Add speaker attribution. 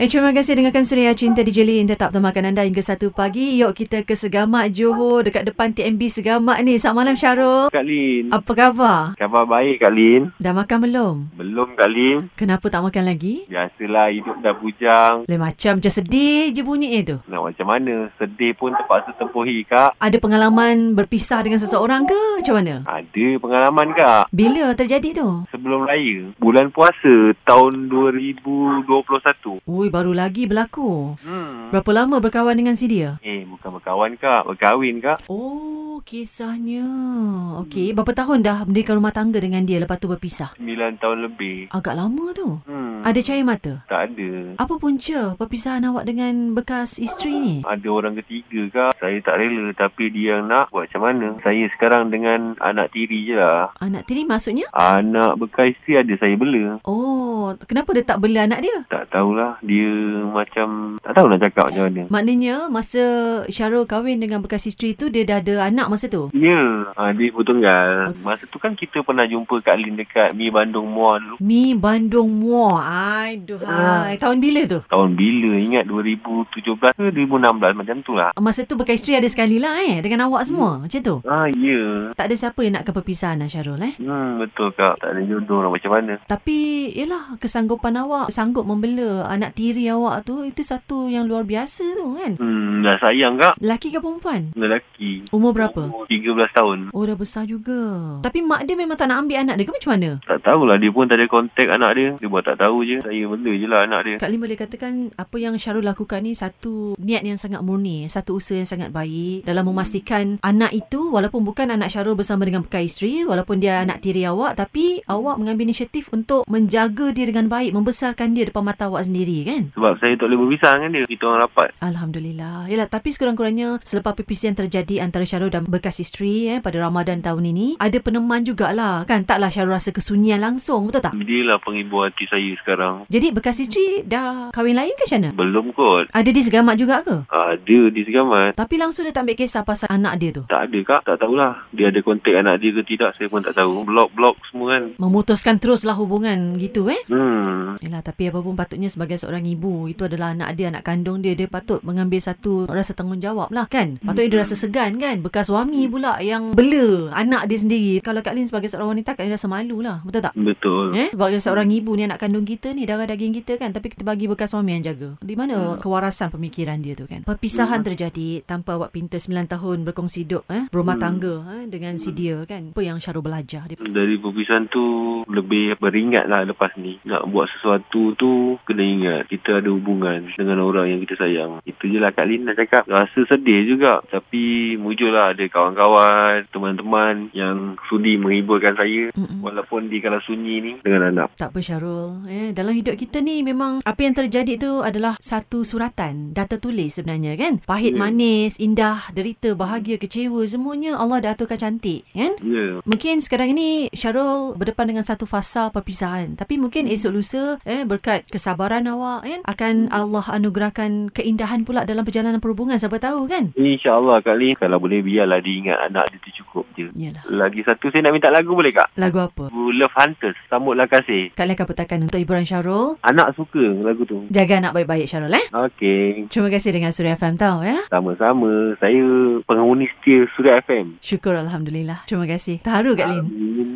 Speaker 1: Eh, terima kasih dengarkan Suria Cinta di Jelin. Tetap temankan anda hingga 1 pagi. Yuk kita ke Segamak, Johor. Dekat depan TMB Segamak ni. Selamat malam Syarul.
Speaker 2: Kak Lin.
Speaker 1: Apa khabar?
Speaker 2: Khabar baik Kak Lin.
Speaker 1: Dah makan belum?
Speaker 2: Belum Kak Lin.
Speaker 1: Kenapa tak makan lagi?
Speaker 2: Biasalah hidup dah bujang.
Speaker 1: Lain macam je sedih je bunyi dia tu.
Speaker 2: Nak macam mana? Sedih pun terpaksa tempuhi Kak.
Speaker 1: Ada pengalaman berpisah dengan seseorang ke? Macam mana?
Speaker 2: Ada pengalaman Kak.
Speaker 1: Bila terjadi tu?
Speaker 2: Sebelum raya. Bulan puasa tahun 2021.
Speaker 1: Ui, baru lagi berlaku.
Speaker 2: Hmm.
Speaker 1: Berapa lama berkawan dengan si dia?
Speaker 2: Eh bukan berkawan Kak. Berkahwin Kak.
Speaker 1: Oh, kisahnya. Okey, berapa tahun dah mendirikan rumah tangga dengan dia lepas tu berpisah?
Speaker 2: 9 tahun lebih.
Speaker 1: Agak lama tu.
Speaker 2: Hmm.
Speaker 1: Ada cahaya mata?
Speaker 2: Tak ada.
Speaker 1: Apa punca perpisahan awak dengan bekas isteri ni?
Speaker 2: Ada orang ketiga Kak. Saya tak rela. Tapi dia yang nak buat macam mana? Saya sekarang dengan anak tiri je lah.
Speaker 1: Anak tiri maksudnya?
Speaker 2: Anak bekas isteri ada saya bela.
Speaker 1: Oh, kenapa dia tak bela anak dia?
Speaker 2: Tak tahulah Dia macam Tak tahu nak cakap macam mana
Speaker 1: Maknanya masa Syarul kahwin dengan bekas isteri tu dia dah ada anak masa tu.
Speaker 2: Ya ha, Dia ibu tunggal Masa tu kan kita pernah jumpa Kak Lin dekat Mi Bandung Muar dulu
Speaker 1: Mi Bandung Muar. Aduh, hai. Tahun bila tu?
Speaker 2: Tahun bila Ingat 2017 ke 2016 Macam tu lah
Speaker 1: Masa tu bekas isteri ada sekali lah eh dengan awak semua. Macam tu.
Speaker 2: Ah ya
Speaker 1: Tak ada siapa yang nakkan perpisahan lah Syarul eh.
Speaker 2: Hmm betul kak Tak ada jodoh lah macam mana
Speaker 1: Tapi yelah kesanggupan awak sanggup membela anak tiri awak tu itu satu yang luar biasa tu kan.
Speaker 2: Hmm dah sayang kak
Speaker 1: Lelaki ke
Speaker 2: Ah.
Speaker 1: perempuan?
Speaker 2: Lelaki
Speaker 1: Umur berapa?
Speaker 2: Umur 13 tahun
Speaker 1: Oh dah besar juga. Tapi mak dia memang tak nak ambil anak dia ke macam mana?
Speaker 2: tak tahulah dia pun tak ada kontak anak dia Dia buat tak tahu je Saya bela je lah anak dia
Speaker 1: Kak Lim boleh katakan apa yang Syarul lakukan ni satu niat yang sangat murni, satu usaha yang sangat baik dalam memastikan anak itu walaupun bukan anak Syarul bersama dengan bekas isteri, walaupun dia anak tiri awak tapi awak mengambil inisiatif untuk menjaga dia dengan baik, membesarkan dia depan mata awak sendiri kan?
Speaker 2: Sebab saya tak boleh berpisah dengan dia Kita orang rapat
Speaker 1: Alhamdulillah. Yalah, tapi sekurang-kurangnya selepas perpisahan terjadi antara Syarul dan bekas isteri eh, pada Ramadan tahun ini, ada peneman jugalah kan? Taklah Syarul rasa kesunyian langsung, betul tak?
Speaker 2: Dia lah penghibur hati saya sekarang
Speaker 1: Jadi bekas isteri dah kahwin lain ke macam mana?
Speaker 2: Belum kot
Speaker 1: Ada di segamat juga ke?
Speaker 2: Ada di Segamat
Speaker 1: Tapi langsung dia tak ambil kisah pasal anak dia tu.
Speaker 2: Tak ada kak, tak tahulah. Dia ada kontak anak dia ke tidak, saya pun tak tahu. Blok-blok semua kan.
Speaker 1: Memutuskan teruslah hubungan gitu eh.
Speaker 2: Hmm.
Speaker 1: Yelah tapi apa pun patutnya sebagai seorang ibu Itu adalah anak dia, anak kandung dia Dia patut mengambil satu rasa tanggungjawab lah kan Patutnya dia rasa segan kan Bekas suami pula yang bela anak dia sendiri Kalau Kak Lin sebagai seorang wanita Kak Lin rasa malu lah Betul tak?
Speaker 2: Betul.
Speaker 1: Eh, sebagai seorang ibu ni anak kandung kita ni darah daging kita kan tapi kita bagi bekas suami yang jaga. Di mana kewarasan pemikiran dia tu kan. Perpisahan terjadi tanpa awak pinta 9 tahun berkongsi hidup eh berumah tangga eh dengan si dia kan. Apa yang Syarul belajar dia
Speaker 2: Dari perpisahan tu lebih beringat lah lepas ni. Nak buat sesuatu tu kena ingat. Kita ada hubungan dengan orang yang kita sayang. Itu je lah Kak Lin nak cakap. Rasa sedih juga. Tapi mujurlah ada kawan-kawan, teman-teman yang sudi menghiburkan saya.
Speaker 1: Mm-mm.
Speaker 2: Walaupun dia kalau sunyi ni dengan anak.
Speaker 1: Hmm, Tak apa Syarul eh, Dalam hidup kita ni memang Apa yang terjadi tu adalah Satu suratan Dah tertulis sebenarnya kan Pahit
Speaker 2: Ya.
Speaker 1: manis Indah Derita Bahagia Kecewa Semuanya Allah dah aturkan cantik kan
Speaker 2: Ya. Yeah.
Speaker 1: Mungkin sekarang ini Syarul berdepan dengan satu fasa perpisahan Tapi mungkin esok lusa eh, Berkat kesabaran awak kan Akan Allah anugerahkan keindahan pula Dalam perjalanan perhubungan Siapa tahu kan
Speaker 2: Hmm. InsyaAllah Kak Lin. Kalau boleh biarlah dia ingat anak dia tu cukup je.
Speaker 1: Yalah
Speaker 2: Lagi satu saya nak minta lagu boleh kak?
Speaker 1: Ya. Lagu apa?
Speaker 2: Lagu Love Hunters, Sambutlah Kasih.
Speaker 1: Kak Lai akan petakan untuk hiburan Syarul
Speaker 2: Anak suka lagu tu.
Speaker 1: Jaga anak baik-baik Syarul
Speaker 2: Hmm.
Speaker 1: eh
Speaker 2: Okey,
Speaker 1: Terima kasih dengan Suria FM tau
Speaker 2: Hmm.
Speaker 1: ya
Speaker 2: sama-sama. Saya penghuni setia Suria FM.
Speaker 1: Ya. Syukur Alhamdulillah. Terima kasih. Terharu Kak Lin.
Speaker 2: Amin.